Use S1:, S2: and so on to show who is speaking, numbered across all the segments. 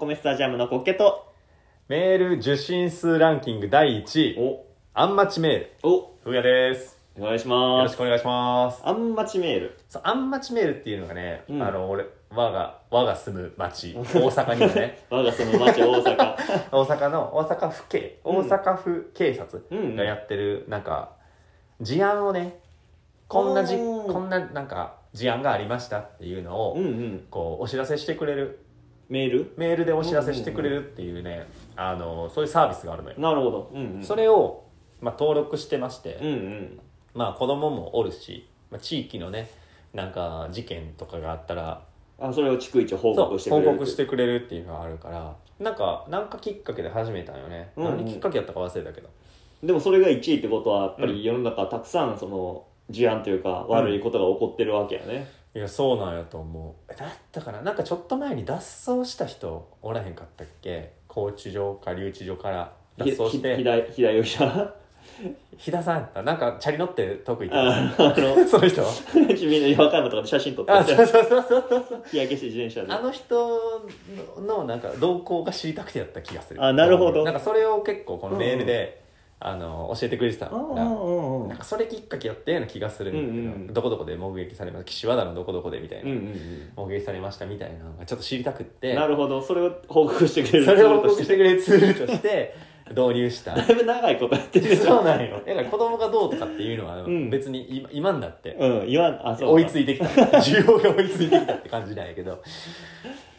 S1: 米スタジアムのコッケと、
S2: メール受信数ランキング第1位
S1: お、
S2: あんまちメール
S1: お、お
S2: ふうやです
S1: 願いし
S2: よ
S1: ま
S2: ろし
S1: す
S2: く。お願いします
S1: あんまちメール。
S2: そうあんまちメールっていうのがね、
S1: うん
S2: あの俺我が我が住む町大阪には ね
S1: 我がその町大阪。
S2: 大阪の大阪府警
S1: うん
S2: 大阪府警察
S1: うん
S2: がやってるなんか事案をねこんなじ
S1: おー
S2: こんななんか事案がありましたっていうのを、
S1: うんうん。
S2: こうお知らせしてくれる
S1: メール
S2: メールでお知らせしてくれるっていうね、あのそういうサービスがあるのよ、
S1: なるほど。うんうん。
S2: それを、まあ、登録してまして、
S1: うんうん。
S2: まあ子供もおるし、まあ、地域のねなんか事件とかがあったら
S1: あ、それを逐一報
S2: そう
S1: 告してくれる。
S2: 報告してくれるっていうのがあるからなんかなんかきっかけで始めたんよね、
S1: うんうん
S2: 何きっかけやったか忘れたけど
S1: でもそれが1位ってことは、やっぱり世の中たくさんその、事案というか、悪いことが起こってるわけやね。
S2: いやそうなんやと思うえだったかななんかちょっと前に脱走した人おらへんかったっけ高知城か留置所から脱
S1: ひ
S2: 走
S1: ひ
S2: し
S1: ひ
S2: て
S1: だひだよいし ゃ。
S2: 飛田さんやったなんかチャリ乗って特行っ
S1: ああの、
S2: てた その人
S1: みんな和歌山とかで写真撮って
S2: あそうそうそうそうそう
S1: 日焼けして自転車で
S2: あの人のなんか動向が知りたくてやった気がする
S1: あなるほど
S2: なんかそれを結構このメールで、あの教えてくれてたから
S1: うんうん
S2: なんかそれきっかけやったような気がするんだけど、
S1: うんうんうん
S2: どこどこで目撃されました岸和田のどこどこでみたい
S1: うんう
S2: な、
S1: ん
S2: 目撃されましたみたいなのがちょっと知りたくっ
S1: う
S2: て
S1: んなるほどそれを報告してくれる
S2: それを
S1: ツールと
S2: 報告
S1: し
S2: しててくれるツールとして導入 した
S1: だいぶ長いことやってる
S2: そうなんよだから子供がどうとかっていうのは
S1: うん
S2: 別に今今になって、
S1: うん言わんあそう
S2: 追いつ
S1: い
S2: いてきた需要が追いついてきたって感じなんやけど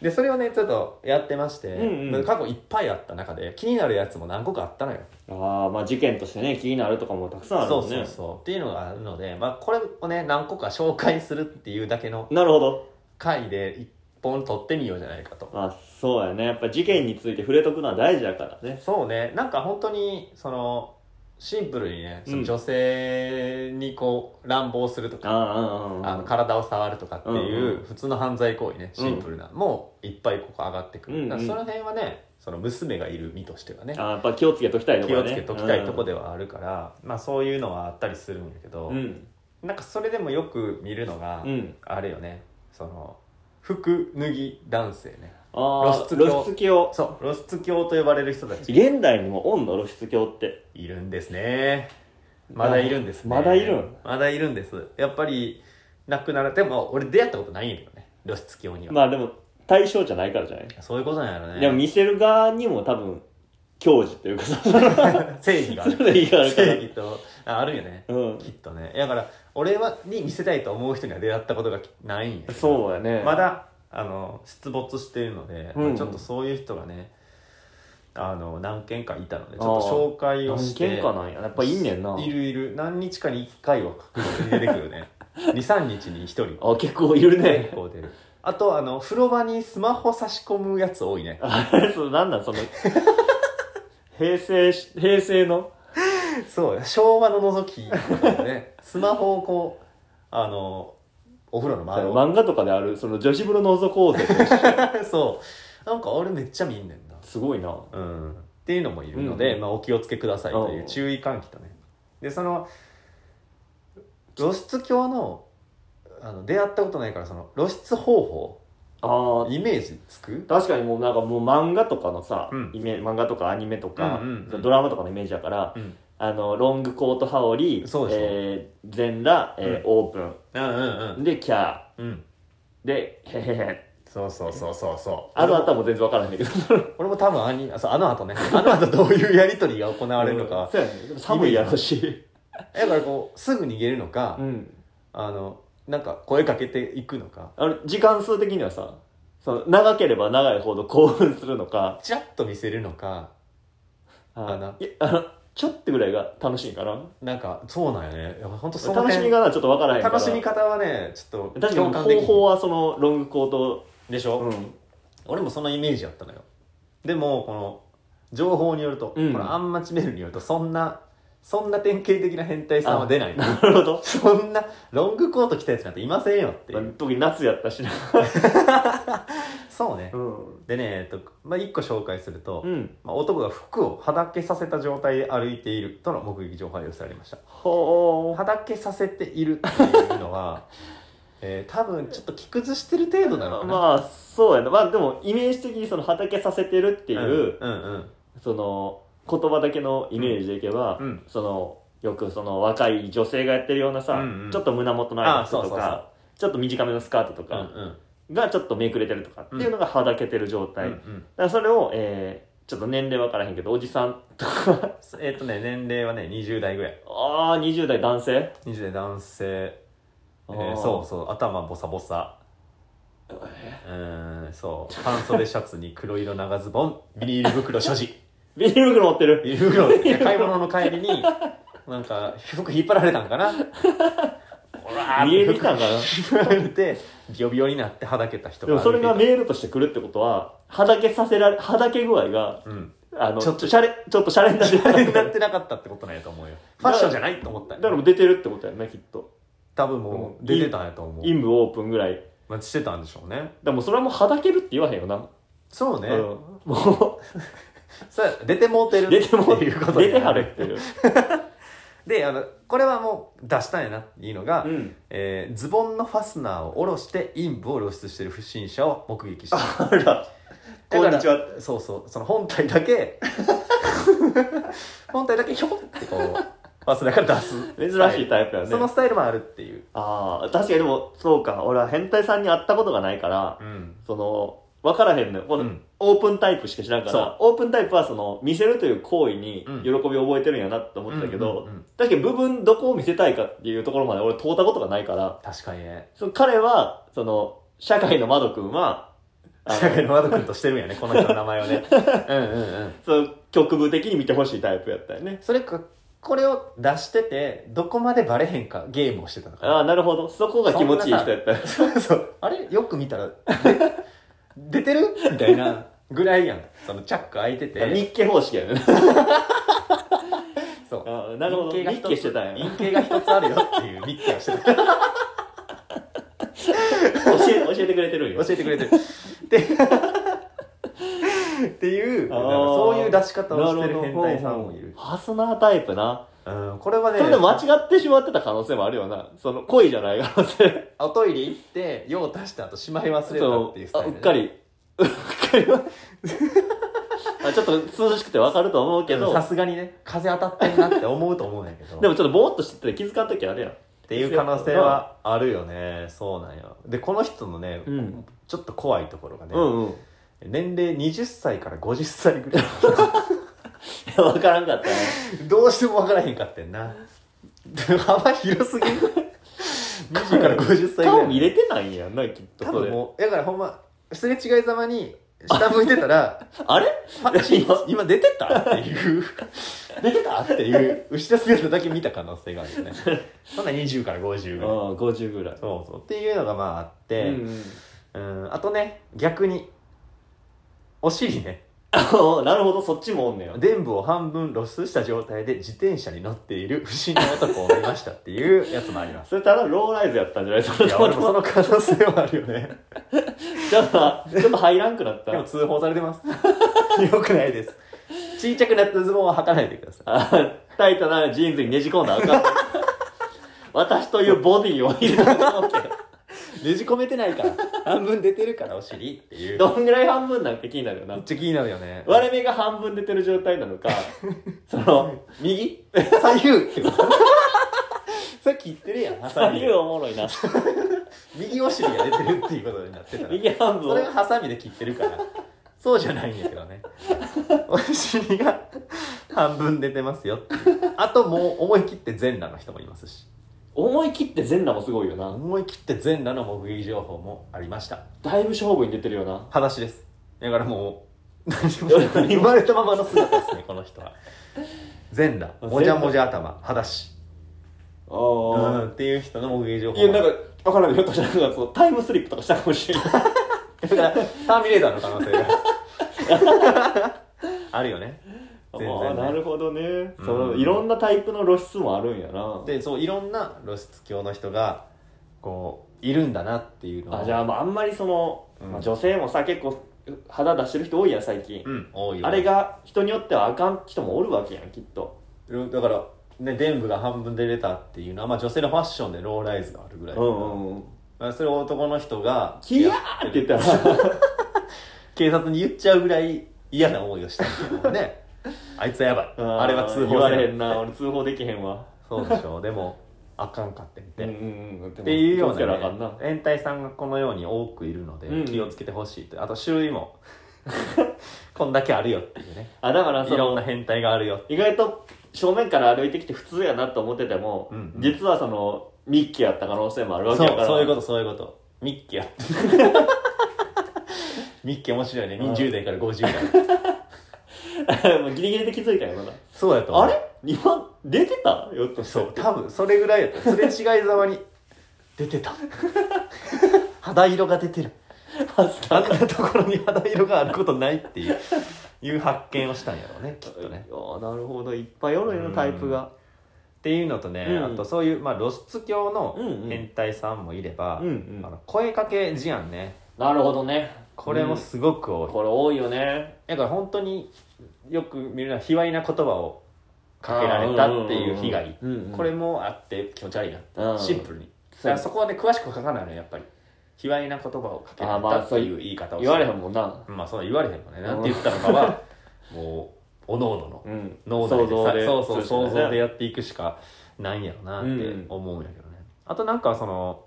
S2: でそれをねちょっとやってまして、
S1: うんうん
S2: 過去いっぱいあった中で気になるやつも何個かあったのよ、
S1: ああまあ事件としてね気になるとかもたくさんあるも
S2: そうんそう
S1: ね
S2: そうっていうのがあるので、まあ、これをね何個か紹介するっていうだけの
S1: なるほど
S2: 回で一本取ってみようじゃないかと
S1: まあそうやねやっぱ事件について触れとくのは大事だからね
S2: そうねなんか本当にそのシンプルにねその
S1: うん
S2: 女性にこう乱暴するとか、
S1: あああ
S2: あ
S1: あ
S2: の体を触るとかって
S1: うん
S2: いうう普通の犯罪行為ねシンプルな、もういっぱいここ上がってくる、
S1: うんうん
S2: だからその辺はねその娘がいる身としてはね
S1: あーやっぱ気をつけときたいとこ
S2: 気
S1: ろ
S2: を
S1: ね
S2: つけときたいとこではあるから、まあそういうのはあったりするんだけど、
S1: うん
S2: なんかそれでもよく見るのが、
S1: うん
S2: あれよねその服脱ぎ男性ね
S1: ああ
S2: 露
S1: 露出
S2: 出狂
S1: 狂
S2: そう露出狂と呼ばれる人たち
S1: 現代にもおんの露出狂って
S2: いるんですねまだいるんですね
S1: まだいるん
S2: まだいるんですやっぱりなくならでも俺出会ったことないんやけどね露出狂には、
S1: まあでも対象じゃないからじゃない
S2: そういうことなんやろね
S1: でも見せる側にも多分矜持というかさ
S2: 正義がある
S1: それがあるから
S2: 正義とああるよね
S1: うん
S2: きっとねだから俺はに見せたいと思う人には出会ったことがないんや
S1: そうやね
S2: まだあの出没しているので、
S1: うんうん
S2: ちょっとそういう人がねあの何件かいたのでちょっと紹介をして
S1: 何件かなんややっぱいんねんない
S2: るいる何日かに1回は確実に出てく るね23日に1人
S1: あ結構いるね
S2: 結構出るあとあの風呂場にスマホ差し込むやつ多いね
S1: あれそうなんなんその平成し平成の
S2: そう昭和の覗きとかもねスマホをこうあのお風呂の
S1: あ
S2: 周り
S1: の
S2: を
S1: 漫画とかであるその女子風呂のぞこうぜと一緒
S2: そうなんかあれめっちゃ見んねんな
S1: すごいな
S2: うん、っていうのもいるので、
S1: うん
S2: まあ、お気をつけくださいとい
S1: おう
S2: う注意喚起とねでその露出狂のあの出会ったことないからその露出方
S1: あ
S2: 法イメージつく
S1: 確かにもうなんかもう漫画とかのさ、
S2: うん
S1: イメ漫画とかアニメとか、
S2: うんうんうん
S1: ドラマとかのイメージだから
S2: うん
S1: あのロングコート羽織
S2: そうでしょ
S1: えー全裸、えーオー
S2: うんうんう
S1: プンでキャー
S2: んうん
S1: でへへへ
S2: そうそうそうそうそう
S1: あの後はもう全然わからないんだけど
S2: 俺も多分アニあそうあの後ねあの後どういうやり取りが行われるの か
S1: そうやねでも寒いやろうし
S2: だからこうすぐ逃げるのか、
S1: うん
S2: あのなんか声かけていくのか
S1: あの時間数的にはさその長ければ長いほど興奮するのか
S2: チラッと見せるのか
S1: あ
S2: あない
S1: やあのちょっとぐらいが楽しいんかな
S2: なんかそうなんよねいや本当その
S1: 楽
S2: 辺
S1: しみがなちょっとわからへんから
S2: 楽しみ方はねちょっと
S1: 確かに
S2: で
S1: 方法はそのロングコート
S2: でしょ、
S1: うん
S2: 俺もそのイメージやったのよでもこの情報によると、
S1: うん
S2: このアンマチメールによるとそんなそんな典型的な変態さんは出ないの
S1: なるほど、
S2: そんなロングコート着たやつなんていませんよってい
S1: まあ
S2: う、
S1: 特に夏やったしな
S2: そうね、
S1: うん、
S2: でねえっと、まあ、1個紹介すると、
S1: うん、
S2: まあ、男が服をはだけさせた状態で歩いているとの目撃情報が寄せられました
S1: ほ
S2: はだけさせているっていうのはえー多分ちょっと着崩してる程度なのかな、
S1: まあそうやなまあでもイメージ的にその畑させてるって
S2: て
S1: いう、
S2: うんうん
S1: その言葉だけのイメージでいけば、
S2: うん
S1: そのよくその若い女性がやってるようなさ、
S2: うんうん
S1: ちょっと胸元のある服とか
S2: あそうそうそう
S1: ちょっと短めのスカートと
S2: うんう
S1: か
S2: ん
S1: がちょっとめくれてるとかっていうのがはだけてる状態、
S2: うんう
S1: だ
S2: ん
S1: からそれを、えーちょっと年齢分からへんけどおじさんとか
S2: えっ、とね年齢はね20代ぐらい
S1: ああ20代男性、え
S2: 20代男性、えーそうそう頭ボサボサ
S1: う
S2: うーんそう半袖シャツに黒色長ズボンビニール袋所持
S1: ビニール袋持ってる
S2: ビニール袋いや買い物の帰り になんか服引っ張られたんかなほら
S1: 見えてきたんかな
S2: 引っ張られてビヨビヨになってはだけた人
S1: でもそれが
S2: 歩いてい
S1: メールとして来るってことははだけさせられはだけ具合が
S2: たうん
S1: あの
S2: ち
S1: ち
S2: ょ
S1: ょ
S2: っ
S1: っ
S2: と
S1: とシャレちょっとシャレになってる
S2: 誰に なってなかったってことなんやと思うよファッションじゃないと思った
S1: だからもう出てるってことやんねきっと
S2: 多分もう出てたんやと思う
S1: 陰部オープンぐらい
S2: まあしてたんでしょうね
S1: でもそれはもうはだけるって言わへんよな、
S2: そうね、
S1: うん、も
S2: それ出てもうてる
S1: う出ても
S2: っていうこと
S1: 出
S2: で
S1: てはるっていう、
S2: であのこれはもう出したんやなっていうのが、
S1: うん、
S2: えーズボンのファスナーを下ろして陰部を露出してる不審者を目撃した
S1: あらこんにちは
S2: はそうそうその本体だけ 本体だけひょこってこうファスナーから出す
S1: 珍しい
S2: イ
S1: タイプや
S2: プ
S1: ね
S2: そのスタイルもあるっていう、
S1: ああ確かにでもそうか俺は変態さんに会ったことがないから
S2: うん、
S1: その分からへんのよこの、
S2: うん
S1: オープンタイプしか知らんか
S2: そう
S1: らオープンタイプはその見せるという行為に
S2: うん
S1: 喜びを覚えてるんやなって思ってたけど、
S2: うんうんうん
S1: 確かに部分どこを見せたいかっていうところまで俺通ったことがないから
S2: 確かにね
S1: その彼はその社会の窓くんはあの
S2: 社会の窓君としてるんやねこの人の名前を ねうんうんうん
S1: そう局部的に見てほしいタイプやったよね
S2: それかこれを出しててどこまでバレへんかゲームをして たのかな
S1: ああなるほどそこが気持ちいい人やったよ
S2: そうそうあれよく見たらで出てるみたいなぐらいやんそのチャック開いてて
S1: 日系方式やね
S2: そう
S1: あーなるほど
S2: 陰
S1: 日
S2: 形が一
S1: 系
S2: つ
S1: してたんや
S2: 陰形が一つあるよっていう日記をしてた教
S1: 教え教えてくれてるんよ
S2: えてくれてるで っていう
S1: あー
S2: なんかそういう出し方をしてる変態さんもいる
S1: ファスナータイプな、
S2: うんこれはね
S1: それで間違ってしまってた可能性もあるよなその恋じゃない可能性
S2: おトイレ行って用を足した後しまい忘れたっていうスタ
S1: あ
S2: イル
S1: う
S2: ね
S1: っかりうっかり はあちょっと涼しくてわかると思うけど、
S2: さすがにね風当たってんなって思うと思うんやけど
S1: でもちょっとぼーっとしてて気づかん時あるやん
S2: っていう可能性はあるよねそうなんよでこの人のね、
S1: うん
S2: ちょっと怖いところがね、
S1: うんうん
S2: 年齢20歳から50歳ぐらい
S1: 分からんかったね
S2: どうしても分からへんかってんな幅広すぎる20から50歳ぐらい
S1: 顔見れてないんやんなきっと
S2: 多
S1: そ
S2: 分
S1: れ
S2: もうだからほんますれ違いざまに下向いてた ら
S1: あれ
S2: パッチン今出てたっていう出てたっていう後ろ姿だけ見た可能性があるよねそんな20から50ぐらい
S1: ああ50ぐらい
S2: そうそうっていうのがまああって、
S1: うんうん
S2: うんあとね逆にお尻ね
S1: あなるほどそっちもおんねや
S2: 臀部を半分露出した状態で自転車に乗っている不審な男を見ましたっていうやつもあります
S1: それただローライズやったんじゃないそ
S2: い
S1: れ
S2: や
S1: と
S2: 俺もそ
S1: も
S2: の可能性はあるよね
S1: ちょっとちょっと入らんくなった
S2: でも通報されてます よくないです小さくなったズボンは履かないでください
S1: あタイトなジーンズにねじ込んだらあかん 私というボディを入れたと思って
S2: ねじ込めてないから半分出てるからお尻っていうめっ
S1: どんぐらい半分なんか気になるよな
S2: ちゃ気になるよね
S1: 割れ目が半分出てる状態な のかその
S2: 右左右ってこと さっき言ってるやん
S1: 左右おもろいな
S2: 右お尻が出てるっていうことになってたら
S1: 右半分
S2: そ
S1: を
S2: れはハサミで切ってるからそうじゃないんだけど ねお尻が半分出てますよっていうあともう思い切って全裸の人もいますし
S1: 思い切って全裸もすごいよな
S2: 思い切って全裸の目撃情報もありました
S1: だいぶ勝負に出てるよな
S2: 裸足ですだからもう何も 生まれたままの姿ですねこの人は全裸もじゃもじゃ頭裸足う
S1: あ
S2: んっていう人の目撃情
S1: あ
S2: 報
S1: いやなんか分からんけどひょっとしたらなんかそのタイムスリップとかしたかもしれない
S2: だからターミネーターの可能性が あるよね全然ね
S1: ああなるほどね、
S2: うん
S1: そのいろんなタイプの露出もあるんやな
S2: でそういろんな露出狂の人がこういるんだなっていうのを
S1: あじゃあまああんまりその、
S2: うん
S1: まあ、女性もさ結構肌出してる人多いやん最近、
S2: うん、多いよ
S1: あれが人によってはあかん人もおるわけやんきっと、
S2: だからね伝部が半分で出たっていうのは、まあ、女性のファッションでローライズがあるぐらい、
S1: うんうんうん
S2: あそれを男の人が
S1: 「キヤー!」って言った ら
S2: 警察に言っちゃうぐらい嫌な思いをしたんだけどねあいつはやばいあれは通報
S1: 言わ
S2: せな
S1: れへんな俺通報できへんわ
S2: そうでしょでもあかんかってんて、
S1: うん
S2: っ
S1: うんうんでも
S2: ていうよう
S1: 気をつけなあか
S2: なんね、
S1: な
S2: 変態さんがこのように多くいるので
S1: うん
S2: 気をつけてほしいと、あと種類も こんだけあるよっていうね
S1: あだから
S2: い
S1: そ
S2: ろん
S1: の
S2: な変態があるよ
S1: 意外と正面から歩いてきて普通やなと思ってても、
S2: うんうん
S1: 実はそのミッキーやった可能性もある
S2: そ
S1: わ
S2: う
S1: けやから
S2: そういうことそういうことミッキーやミッキー面白いね
S1: うん
S2: 20代から50 代
S1: もうギリギリで気づいたよまだ
S2: そうやと思う
S1: あれ今出てたよっとして
S2: そう多分それぐらいやったすれ違いざまに出てた 肌色が出てる
S1: パス
S2: あ
S1: タ
S2: んなところに肌色があることないっていういう発見をしたんやろうねきっとね
S1: あーなるほどいっぱいおるよなタイプが
S2: っていうのとね、
S1: うん
S2: あとそういう、まあ、露出狂の
S1: うんうん
S2: 変態さんもいれば、
S1: うんう
S2: あ
S1: ん
S2: の声かけ事案ね
S1: なるほどね
S2: これもすごく多い、
S1: これ多いよね
S2: だから本当によく見るのは卑猥な言葉をかけられたっていう被害、
S1: うんうんうん
S2: これもあって気持ち悪いな、
S1: うん
S2: シンプルにだか
S1: そう
S2: らそこはね詳しく書かないのよやっぱり卑猥な言葉をかけら
S1: あ
S2: れ
S1: ま
S2: た
S1: あ
S2: っていう言い方を
S1: 言われへ
S2: へ
S1: んもんなん
S2: まあそう言われへんもんねなんて言ったのかはもうおのおのの
S1: うん
S2: 脳内でさそうそう
S1: そう
S2: 想
S1: したら
S2: 像
S1: ね
S2: でやっていくしかないんやろなっ
S1: う
S2: て
S1: ん
S2: 思うんやけどね、あとなんかその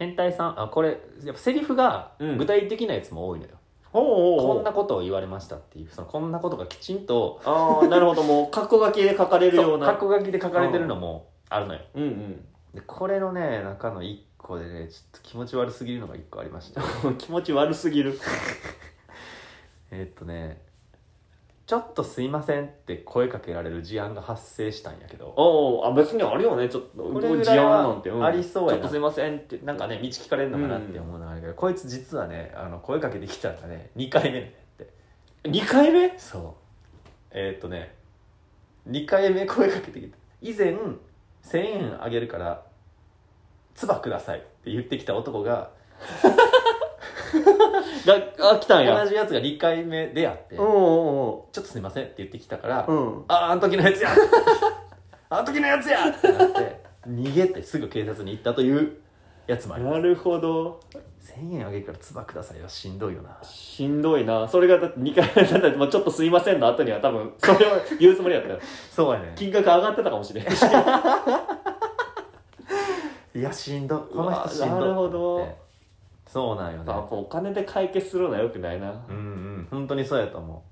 S2: 変態さんあこれやっぱセリフが
S1: うん
S2: 具体的なやつも多いのよ、
S1: おうおう
S2: こ
S1: お
S2: ん
S1: う
S2: なことを言われましたっていうそのこんなことがきちんと
S1: ああなるほども う格好書きで書かれるような
S2: 格好書きで書かれてるのもあるのよ
S1: うんうん
S2: でこれのね中の1個でねちょっと気持ち悪すぎるのが1個ありまして
S1: 気持ち悪すぎる
S2: えーっとねちょっとすいませんって声かけられる事案が発生したんやけど
S1: おうあ別にあるよねちょっと
S2: これぐらいは
S1: 事案なんてん
S2: ありそう
S1: ち
S2: やな
S1: ょっとすいませんって
S2: なんかね道聞かれるのかなって思うのがあるけど、こいつ実はねあの声かけてきたのがね2回目って
S1: 2回目
S2: そうえーっとね2回目声かけてきた以前1000円あげるから唾くださいって言ってきた男が
S1: があ来たんや
S2: 同じやつが2回目であって、
S1: おう
S2: ち
S1: お
S2: ょっとすいませんって言ってきたから、
S1: うおううん
S2: あああの時のやつや あの時のやつやってなって逃げてすぐ警察に行ったというやつもありま
S1: なるほど
S2: す1000円あげるから唾くださいはしんどいよな
S1: しんどいなそれがだって2回目だったら、まあ、ちょっとすいませんの後には多分それを言うつもりやった よ
S2: そうやね
S1: 金額上がってたかもし れない
S2: いやしんどこ
S1: うわ
S2: の人しんど
S1: なるほど
S2: ってそうなんよね
S1: やっぱお金で解決するのはよくないな
S2: うんうん本当にそうやと思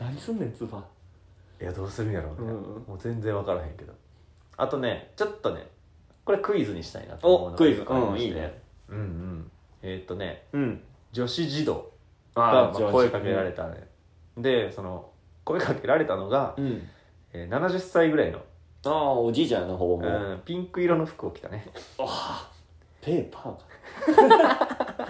S1: 何すんねんツバ
S2: ういやどうするんやろうね、
S1: うんうん
S2: もう全然分からへんけどあとねちょっとねこれクイズにしたいなと思うの
S1: お
S2: が
S1: クイズ
S2: 一個ありま
S1: う
S2: して
S1: んいいね
S2: うんうんえーっとね
S1: うん
S2: 女子児童
S1: あ
S2: がまあ声かけられたねでその声かけられたのが、
S1: うん
S2: えー70歳ぐらいの、
S1: ああおじいちゃんやなほぼもう、
S2: うんピンク色の服を着たね
S1: あーペーパーか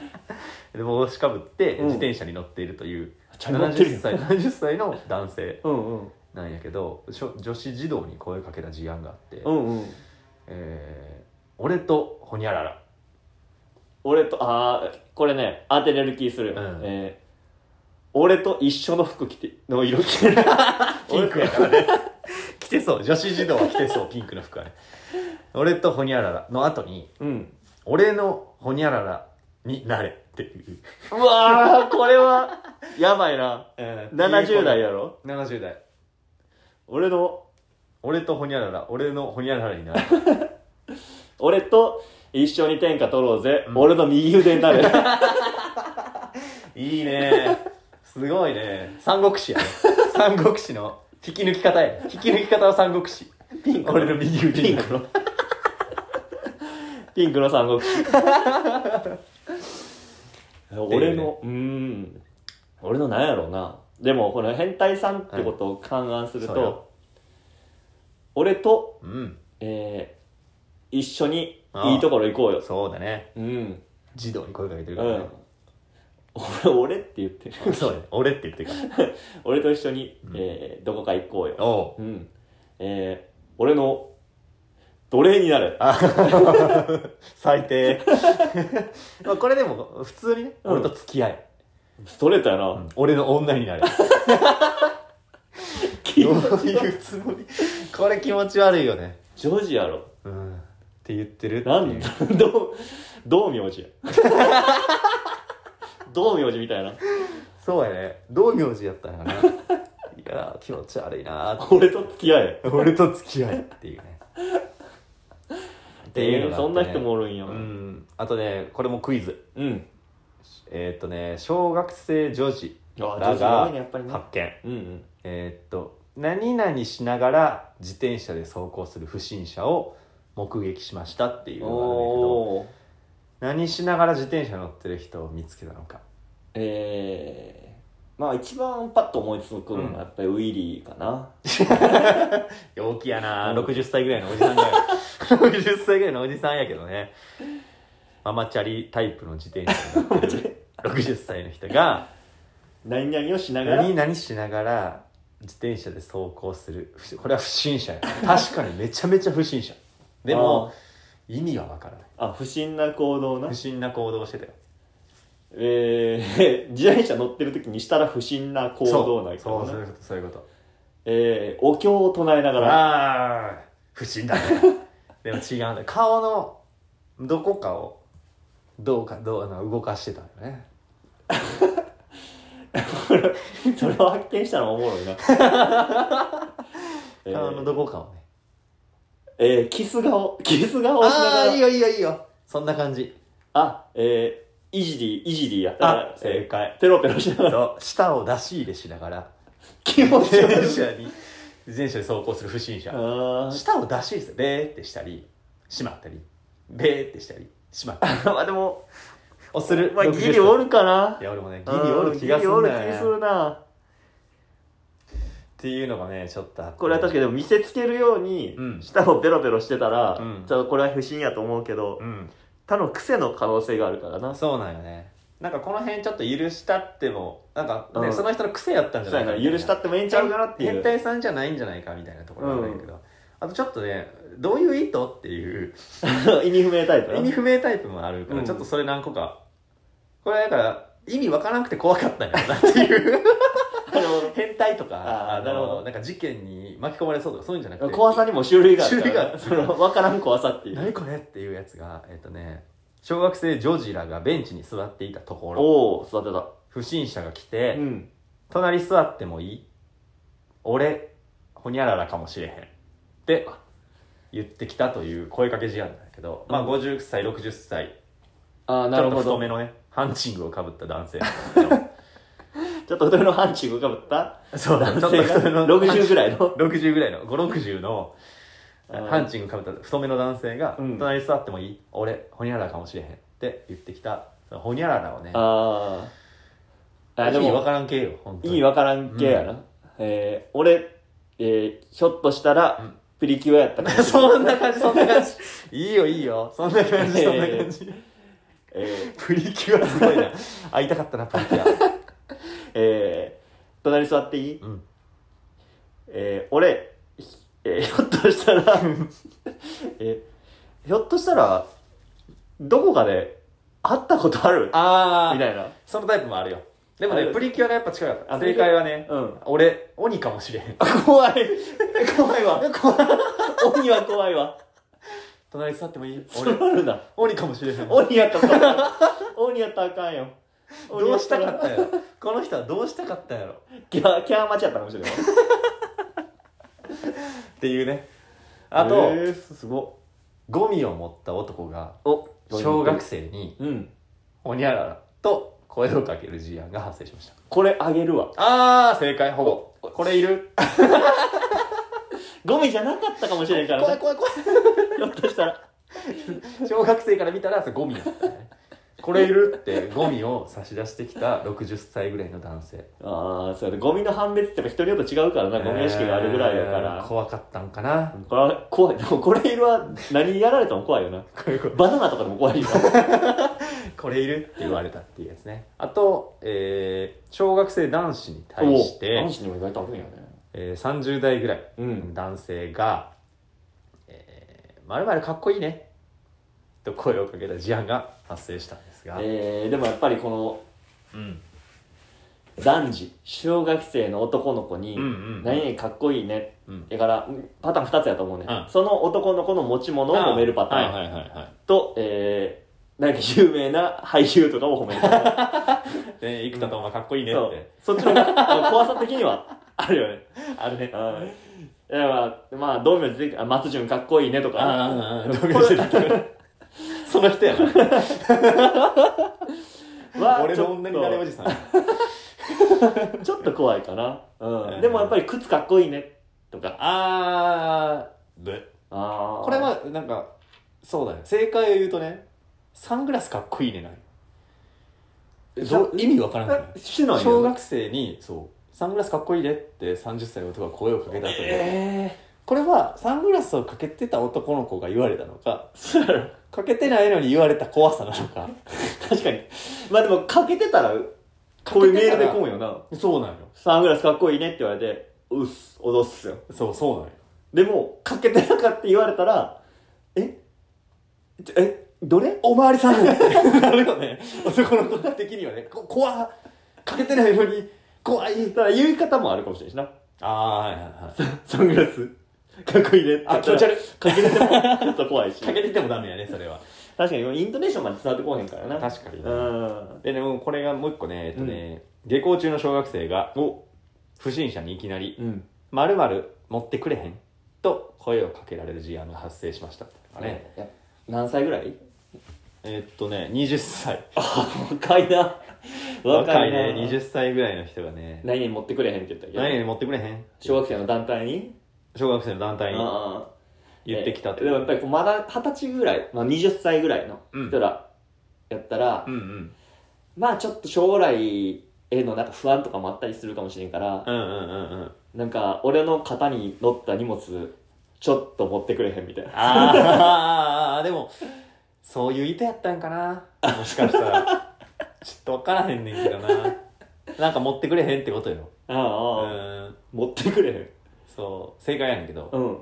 S2: で帽子かぶって
S1: うん
S2: 自転車に乗っているという、
S1: ちゃんとなってるよ
S2: 70歳70歳の男性
S1: うんうん
S2: なんやけどしょ女子児童に声かけた事案があって「
S1: うんうん
S2: えー俺とほにゃらら
S1: 俺とああこれね当てれる気する、
S2: うん
S1: えー俺と一緒の服着ての色着てる
S2: ピンクやから ね着てそう女子児童は着てそうピンクの服はね俺とほにゃららの後に
S1: うん
S2: 「俺のほにゃららになれ」っていう、
S1: うわーこれはやばいな70代やろ
S2: 70代
S1: 俺の
S2: 俺とほにゃらら俺のほにゃららになれ
S1: 俺と一緒に天下取ろうぜ、
S2: うん
S1: 俺の右腕にな る
S2: いいねすごいね三国志やね三国志の引き抜き方やね引き抜き方は三国志
S1: ピンク
S2: 俺の右腕になる
S1: ピンクピンクの三国志俺のうーん俺のなんやろうなでもこの変態さんってことを勘案すると、
S2: はいそうよ
S1: 俺と、
S2: うん
S1: えー一緒に
S2: ああ
S1: いいところ行こうよ
S2: そうだね
S1: うん
S2: 児童に声かけてる
S1: う
S2: からね
S1: ん、俺俺って言ってる
S2: そうね俺って言ってるか
S1: 俺と一緒に、
S2: うん
S1: えーどこか行こうよ
S2: らおう
S1: うん。えー、俺の奴隷になる。
S2: 最低 まあこれでも普通にね
S1: うん
S2: 俺と付き合え、
S1: ストレートやな。
S2: 俺の女になれ
S1: 気
S2: どう
S1: 持ち
S2: いうつもりこれ気持ち悪いよね
S1: ジョージやろ。
S2: うんって言ってるって
S1: ないん
S2: う
S1: だ、どう、道明 寺や道明寺みたいな
S2: そうやね道明寺やったんやな いやー気持ち悪いなーっ
S1: 俺と付き合え
S2: て俺と付き合いっていうねっていうのがあっ
S1: そ
S2: てね
S1: んな人もおるんや
S2: うんあとねこれもクイズ
S1: うん
S2: えーっとね小学生女児
S1: あ
S2: ら
S1: 女子多
S2: が
S1: いねやっぱりね
S2: 発見
S1: うんうん
S2: えーっと何々しながら自転車で走行する不審者を目撃しましたっていうのがあるんだけど
S1: おおー
S2: 何しながら自転車乗ってる人を見つけたのか
S1: えー、まあ一番パッと思いつくのがやっぱりウィリーかな、
S2: 陽気やな、
S1: うん
S2: 60歳ぐらいのおじさんだ よ60歳ぐらいのおじさんやけどねママチャリタイプの自転車に乗ってる 60歳の人が
S1: 何々をしながら
S2: 何々しながら自転車で走行する不これは不審者や確かにめちゃめちゃ不審者でも意味はわからない
S1: あ不審な行動な
S2: 不審な行動をしてたよ
S1: えー、 自転車乗ってる時にしたら不審な行動ないか
S2: そうそう
S1: ら
S2: いう
S1: な
S2: ことそういうこと
S1: えー、お経を唱えながら
S2: ああ不審だね でも違うんだ顔のどこかをどうかどうあの動かしてたんよね
S1: それを発見したのおもろい な、え
S2: 顔の
S1: ー
S2: どこかをね
S1: えーキス顔キス顔をしな
S2: あ
S1: が
S2: あいい
S1: ら
S2: よいいよいいよそんな感じ
S1: あえー、イジリーイジリーやった
S2: あ
S1: ら
S2: 正解
S1: ペロペロしながら
S2: そう舌を出し入れしながら
S1: 気持ち
S2: 自転
S1: 悪い
S2: 車に自転車で走行する不審者
S1: あー
S2: 舌を出し入れするベーってしたりしまったりベーってしたりしまったり
S1: まあでも、
S2: をする、
S1: まあ、
S2: 60歳
S1: ギリおるかない
S2: や俺もねギリおる気がす
S1: う
S2: る
S1: んギ
S2: んだ
S1: リおる気す
S2: よね
S1: るな
S2: っていうのがねちょっとあって
S1: これは確かにでも見せつけるように
S2: うん
S1: 舌をベロベロしてたら、
S2: うん
S1: ちょっとこれは不審やと思うけど、
S2: うん
S1: 他の癖の可能性があるからな
S2: そうなんよねなんかこの辺ちょっと許したってもなんか、ね
S1: うん
S2: その人の癖やったんじ
S1: そ
S2: ゃ
S1: う
S2: な
S1: や
S2: い
S1: な
S2: かみいな
S1: 許したってもええんちゃうかなってい
S2: 変
S1: う
S2: 態さんじゃないんじゃないかみたいなところがあるんやけど、あとちょっとねどういう意図っていう
S1: 意味不明タイプな
S2: 意味不明タイプもあるから、
S1: うん
S2: ちょっとそれ何個かこれだから意味わからなくて怖かったんやろなっていう 変態とか
S1: あーなるほど
S2: なんか事件に巻き込まれそうとかそういうんじゃなくて
S1: 怖さにも種類があるか
S2: 種類があ
S1: ら
S2: る
S1: その分からん怖さっていう
S2: 何これっていうやつがえっ、とね小学生ジョージらがベンチに座っていたところ
S1: おお育てた
S2: 不審者が来て、
S1: うん
S2: 隣座ってもいい俺ほにゃららかもしれへんって言ってきたという声かけ事案なんだけど、まあ
S1: うん
S2: 50歳60歳
S1: ああ
S2: ち
S1: な
S2: ょ
S1: る
S2: っと
S1: ほ
S2: 太
S1: ど
S2: めのねハンチングをかぶった男性 なんだ
S1: ちょっと太めのハンチング浮かぶった
S2: けどそうちょっ
S1: 男
S2: と
S1: 性
S2: 太め
S1: が
S2: の
S1: 60ぐらいの
S2: 60ぐらいの560の
S1: うん
S2: ハンチングかぶった太めの男性が、
S1: うん
S2: 隣座ってもいい俺ほにゃららかもしれへんって言ってきたそのほにゃららをね
S1: あーあ
S2: 意
S1: で
S2: 味
S1: も
S2: わからん系よ本当
S1: 意
S2: に
S1: 味わからん系やな、えー俺、えーひょっとしたら、
S2: うん
S1: プリキュアやったかもしれない
S2: そんな感じそんな感じいいよいいよそんな感じそんな感じ
S1: えー
S2: プリキュアすごいな会いたかったなプリキュ
S1: えー隣座っていい、
S2: ア、うん、
S1: えー俺、えーひょっとした ら、えーひょっとしたらどこかで会ったことある
S2: あ
S1: み
S2: あ
S1: たいな
S2: そのタイプもあるよでも
S1: あ
S2: ね
S1: る
S2: プリキュアがやっぱ近かった
S1: あ
S2: 正解はね、
S1: うん
S2: 俺鬼かもしれへん
S1: 怖い怖いわ鬼は怖いわ
S2: 隣座ってもいい
S1: そ
S2: 俺
S1: うなるな
S2: 鬼かもしれへん
S1: 鬼やったらあ かん鬼やったらあかんよ
S2: どうしたかったんやろこの人はどうしたかったんやろ
S1: キャキャー待ちやったかもしれない
S2: っていうねあと、
S1: えー、すすご
S2: ゴミを持った男が
S1: っお
S2: 小学生に
S1: うん
S2: 「ほにゃらら」と声をかける事案が発生しました
S1: これあげるわ
S2: あー正解ほぼこれいる
S1: ゴミじゃなかったかもしれんから
S2: 怖い
S1: ね
S2: 怖い怖い
S1: ひょっとしたら
S2: 小学生から見たらそれゴミだったねこれいるってゴミを差し出してきた60歳ぐらいの男性
S1: ああそうだねゴミの判別ってやっぱ人によって違うからなゴミ屋敷があるぐらいだか
S2: え
S1: ら
S2: ー、怖かったんかな
S1: これは怖いでもこれいるは何やられても怖いよな
S2: こういうこと
S1: バナナとかでも怖いよ
S2: これいるって言われたっていうやつねあと、えー小学生男子に対し
S1: お
S2: て
S1: 男、子にも意外とあるんやね
S2: えー30代ぐらい
S1: うん
S2: 男性が「えー、まるまるかっこいいね」と声をかけた事案が発生したんですが、
S1: えー、でもやっぱりこの
S2: うん、
S1: 男児小学生の男の子に
S2: うんう
S1: 「
S2: ん
S1: 何々かっこいいね」
S2: うん
S1: だからうんパターン2つやと思うね、
S2: うん
S1: その男の子の持ち物を褒めるパターン、
S2: はいはいはいはい
S1: と、えなんか有名な俳優とかも褒める
S2: ね、生田斗真かっこいいねっ
S1: そう
S2: て。
S1: そっちの方が怖さ的にはあるよね
S2: あれね。
S1: うんいやまあ、まあ、道明寺であ松潤かっこいいねと
S2: ああ
S1: か、
S2: ああ、同僚してたけど。 その人やな。
S1: は
S2: 俺の女になれお
S1: ち
S2: じさん。
S1: ょっとちょっと怖いかな、う、
S2: うんん
S1: でもやっぱり靴かっこいいねとか
S2: あー、で。
S1: あー
S2: これは、なんか、そうだね。正解を言うとね、サングラスかっこいいねなの。どう意味わからない。
S1: えしない
S2: 小
S1: よね
S2: 学生に、そう、サングラスかっこいいねって30歳の男が声をかけた後に、
S1: え
S2: これはサングラスをかけてた男の子が言われたのか、
S1: ー、そうやろ
S2: かけてないのに言われた怖さなのか。
S1: 確かにまあでもかけてたらこういうメールで来んよな
S2: そうなのよ。
S1: サングラスかっこいいねって言われてうっす脅すよ
S2: そう、そうなのよ。
S1: でもかけてなかった言われたらえちょえどれ
S2: おまわりさんってなるよね。男の子的にはね、こ怖っかけてないのに、怖い。
S1: だから言い方もあるかもしれないしな
S2: ああ、はいはいはい。
S1: サングラスかっこいいねって言
S2: あ、
S1: っ
S2: 気
S1: たら
S2: 持ち悪い。
S1: かけててもちょっと怖いし
S2: かけててもダメやね、それは。
S1: 確かにイントネーションまで伝わってこうへんからな
S2: 確かに
S1: う
S2: な。
S1: ん
S2: でね、もうこれがもう一個ね、えっとね、下校中の小学生が、不審者にいきなり、
S1: うん
S2: まるまる持ってくれへんと声をかけられる事案が発生しました。あれ、
S1: いや何歳ぐらい
S2: えっとね、20歳。
S1: あ若いな
S2: 若い
S1: な
S2: ね、20歳ぐらいの人がね、
S1: 何年持ってくれへんって言ったっけ
S2: 何に持ってくれへん
S1: 小学生の団体に
S2: 小学生の団体に
S1: ああ
S2: 言ってきたって。
S1: でもやっぱりこうまだ二十歳ぐらい、まあ、20歳ぐらいの
S2: うん
S1: 人らやったら、
S2: うんうん。
S1: まあちょっと将来へのなんか不安とかもあったりするかもしれんから、
S2: うんうんうんうん。
S1: なんか俺の肩に乗った荷物ちょっと持ってくれへんみたいな
S2: ああ、でも、そういう意図やったんかな。もしかしたら。ちょっとわからへんねんけどな。なんか持ってくれへんってことよ。
S1: あ
S2: う
S1: あ、ああ
S2: ん。
S1: 持ってくれへん
S2: そう、正解やねんけど、
S1: うん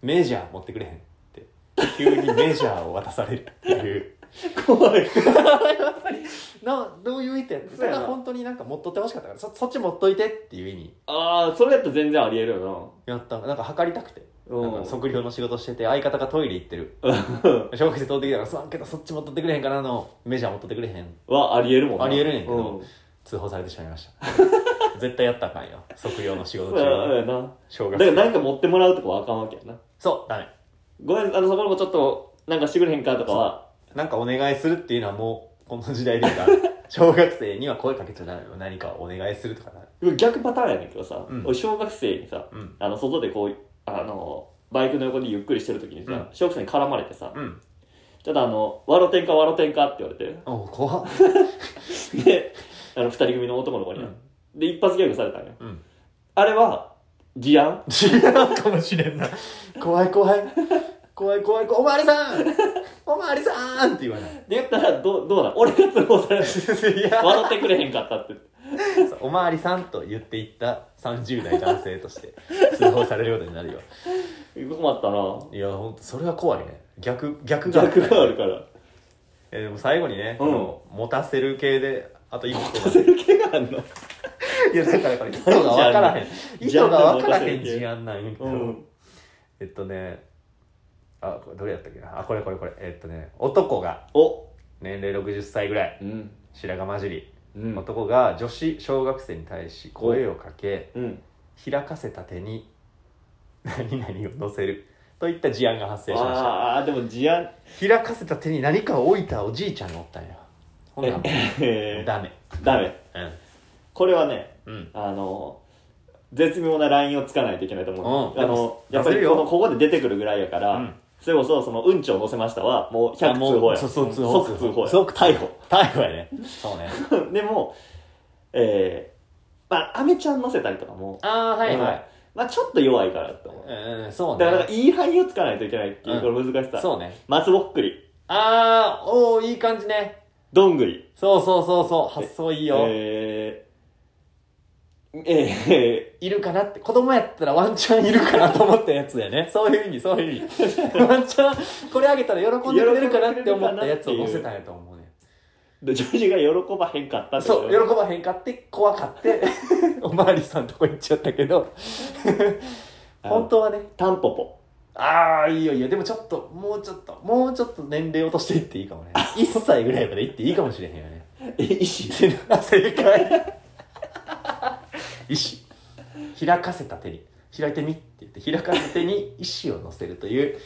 S2: メジャー持ってくれへんって。急にメジャーを渡されるっていう。
S1: 怖い
S2: な、どういう意図やった
S1: そうやな
S2: それは本当になんか持っとってほしかったから、そそっち持っといてっていう意味
S1: ああそれやったら全然ありえるよ
S2: やった。なんか測りたくて。
S1: な
S2: なんか測量の仕事してて、相方がトイレ行ってる。
S1: うん
S2: 小学生通ってきたから、すまんけどそっち持っとってくれへんかなの、メジャー持っとってくれへん
S1: はありえるもんな
S2: ありえるねんけど
S1: うん
S2: 通報されてしまいました 絶対やったらあかんよ測量の仕事
S1: そうやそう
S2: 中
S1: やな
S2: 小
S1: だ
S2: 学
S1: から
S2: 生
S1: なんか持ってもらうとかはあかんわけやな
S2: そうダメ
S1: ごめんあのそこの子ちょっとなんかしてくれへんかとかは
S2: なんかお願いするっていうのはもうこの時代でか 小学生には声かけちゃダメよ何かお願いするとかな
S1: 逆パターンやねんけどさ、
S2: うん
S1: 俺小学生にさ
S2: うん
S1: あの外でこうあのバイクの横でゆっくりしてる時にさ、
S2: うん
S1: 小学生に絡まれてさ、
S2: うん
S1: ちょっとあの「わろてんかわろてんか」って言われ
S2: おう怖っ、
S1: てであの二人組の男の子
S2: う
S1: にな、
S2: ん
S1: で一発ギャグされたんよ
S2: うん、
S1: あれは事案
S2: 違うかもしれんな 怖い怖い怖い怖い怖いおまわりさんおまわりさんって言わない
S1: で言ったらどうどうなん俺が通報される
S2: いや
S1: 笑ってくれへんかったって
S2: おまわりさんと言っていった30代男性として通報されることになるよ
S1: 困ったない
S2: やほんとそれは怖いね逆逆が
S1: 逆があるから
S2: えーでも最後にね、
S1: うん
S2: この持たせる系であと一個
S1: せる系があんの
S2: いやだから これ意図が分からへん意図
S1: じゃ
S2: が
S1: ん
S2: 分からへん事案なんやけど、
S1: うん
S2: えっとねあこれどれやったっけなあこれこれこれえっとね男が
S1: お
S2: 年齢60歳ぐらい
S1: うん
S2: 白髪混じり、
S1: うん
S2: 男が女子小学生に対し声をかけ
S1: うん
S2: 開かせた手に何々を乗せるといった事案が発生しました
S1: ああでも事案
S2: 開かせた手に何かを置いたおじいちゃんがおったんやほんならもう
S1: えー
S2: ダメ
S1: ダメこれはね
S2: うんうん
S1: あの絶妙なラインをつかないといけないと思う、
S2: うん
S1: あのや
S2: 出せ
S1: っぱ
S2: 出
S1: り
S2: せる
S1: こ
S2: よ
S1: のここで出てくるぐらいやから、
S2: うん
S1: それこそそのうんちを乗せましたはもう100
S2: あもう
S1: 通報や
S2: そうそう通報
S1: 即通報や
S2: 即
S1: 逮捕
S2: 逮捕やねそうね
S1: でもえー、まあアメちゃん乗せたりとかも、
S2: ああはいは
S1: うん
S2: い
S1: まあ、ちょっと弱いからと思う
S2: うんうんそう
S1: だからなん
S2: ね
S1: かいい範囲をつかないといけないっていうこの難しさ、
S2: そうね
S1: 松ぼっくり
S2: ああおおいい感じね
S1: どんぐり
S2: そうそうそうそう発想いいよ、
S1: えー、え
S2: いるかなって子供やったらワンチャンいるかなと思ったやつやね そういう意味そういう意味 ワンチャンこれあげたら喜んでくれるかなって思ったやつを乗せたんやと思うね
S1: ー、で女子が喜ばへんかったってこ
S2: そ
S1: と
S2: う喜ばへんかって怖かって おまわりさんとこ行っちゃったけ ど
S1: あ
S2: 本当はね
S1: タンポポ
S2: ああいいよいいよでもちょっともうちょっともうちょっと年齢落としていっていいかもね1歳ぐらいまで行っていいかもしれへんよね
S1: え、意思
S2: 正解 石開かせた手に開いてみって言って開かせた手に石を乗せるという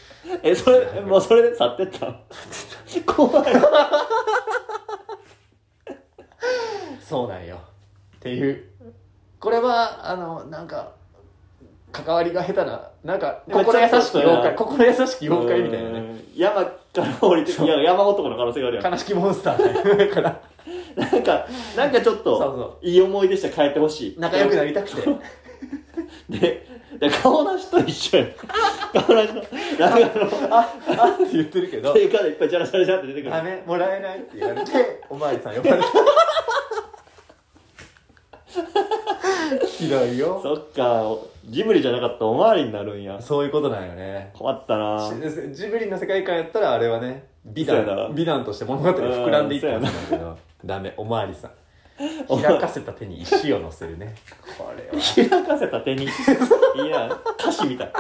S1: え、それ、もうそれで去ってったの怖い。
S2: そうなんよっていうこれはあのなんか関わりが下手ななんか
S1: なんか
S2: 心優し
S1: ちょ
S2: く
S1: っとな
S2: 妖怪心優しき妖怪みたいなね
S1: うん。山から降りて、
S2: そう
S1: いや山男の可能性があるやん。
S2: 悲しきモンスターだから
S1: なんか、なんかちょっ
S2: そう
S1: と、
S2: そ
S1: いい思い出したら帰ってほしい。
S2: う仲良くなりたくて
S1: で、で顔なしと一緒やん。顔なしと、なんか あ
S2: ああ って言ってるけ
S1: の、
S2: ど
S1: 手からいっぱいジャラジャラジャラって出てくる
S2: ダ。メもらえないって言われておまわりさん呼ばれた ひどいよ
S1: そっか、ジブリじゃなかったらおまわりになるんや。
S2: そういうことなんよね
S1: 困ったな
S2: しジブリの世界観やったらあれはね美
S1: そうやな
S2: 談美談として物語が膨らんでいったんだけどダメおまわりさん開かせた手に石を乗せるねこれ
S1: 開
S2: は
S1: かせた手に。いや、歌詞みたい。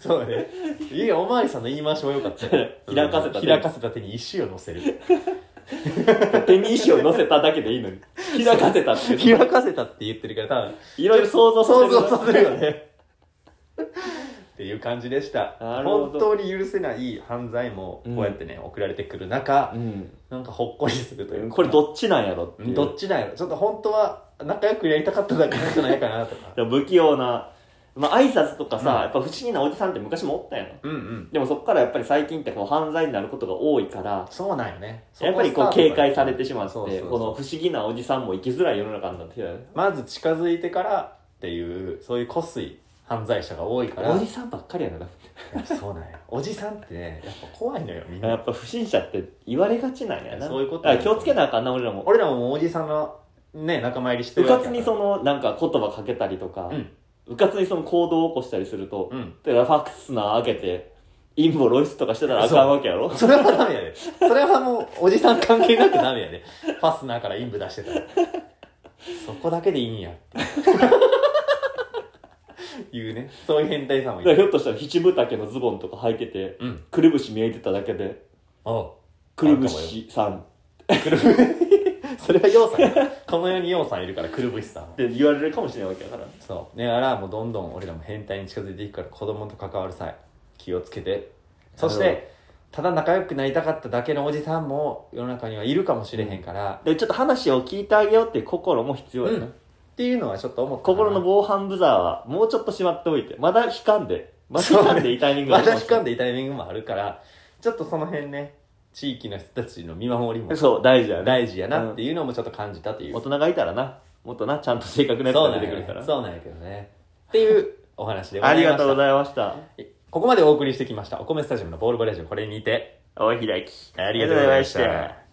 S2: そうねいいよおまわりさんの言い回しも良かったよ
S1: 開かせた手に
S2: 開かせた手に石を乗せる
S1: 手に石を乗せただけでいいのに。開かせた っていうの。
S2: 開かせたって言ってるから多分
S1: いろいろ想像
S2: 想像
S1: さ
S2: さ
S1: せる
S2: せる
S1: よ
S2: よ
S1: ね。
S2: ねっていう感じでした
S1: なるほど
S2: 本当に許せない犯罪もこうやってね、送られてくる中なんかほっこりするという
S1: うん。
S2: か
S1: これどっちなんやろっていう。
S2: どっちだよちょっと本当は仲良くやりたかっただけなんじゃないかなとか
S1: でも不器用な、まあ挨拶とかさ、
S2: うん
S1: やっぱ不思議なおじさんって昔もおったやん。
S2: うんうん
S1: でもそっからやっぱり最近ってこう犯罪になることが多いから、
S2: そうなんよね
S1: やっぱりこう警戒されてしまって、
S2: そうそうそう
S1: この不思議なおじさんも生きづらい世の中になってきたよね
S2: まず近づいてからっていうそういうこすい犯罪者が多いから
S1: おじさんばっかりやな。
S2: やっぱそうなんよおじさんってねやっぱ怖いのよみん
S1: や
S2: な
S1: っぱ不審者って言われがちなんやな。
S2: そういうこと
S1: だから気をつけなあかんな、俺らも。
S2: 俺らももうおじさんのね仲間入りして
S1: う
S2: るわ
S1: か
S2: け
S1: つ
S2: や
S1: に
S2: か
S1: その、なんか言葉かけたりとか、
S2: らうん
S1: うかつにその行動を起こしたりすると、
S2: うん
S1: だからファックスな開けて、陰謀露出とかしてたらあかんわけやろ
S2: それはダメやでそれはもうおじさん関係なくダメやでファスナーから陰部出してたらそこだけでいいんやっていういうねそういう変態さんもい
S1: だからひ
S2: る
S1: ょっとしたら七分丈のズボンとか履いてて、
S2: うん
S1: くるぶし見えてただけで、
S2: おう
S1: くるぶしさんっ
S2: くるぶそれはようさんやこの世にようさんいるからくるぶしさんは
S1: て言われるかもしれないわけだから。
S2: そうねあらもうどんどん俺らも変態に近づいていくから子供と関わる際気をつけてそし
S1: なるほ
S2: てただ仲良くなりたかっただけのおじさんも世の中にはいるかもしれへんから、
S1: で、ちょっと話を聞いてあげようっていう心も必要やな。
S2: うんっていうのはちょっと思ったな
S1: 心の防犯ブザーはもうちょっとしまっておいて、まだ悲観で、まだ悲観でいいタイミング
S2: まだ悲
S1: で
S2: 観でいいタイミングもあるからちょっとその辺ね地域の人たちの見守りも
S1: そう、大事やね。
S2: 大事やなっていうのもちょっと感じたという、
S1: 大人がいたらな、もっとな、ちゃんと正確なやつ
S2: そう
S1: が
S2: な
S1: 出
S2: ん
S1: て
S2: や
S1: くる
S2: ね
S1: から。
S2: そうなんやけどねっていうお話でござ
S1: あ
S2: い
S1: り
S2: ました
S1: がとうございました。
S2: ここまでお送りしてきましたお米スタジアムのボールボレージュこれにて
S1: お開き。
S2: ありがとうございました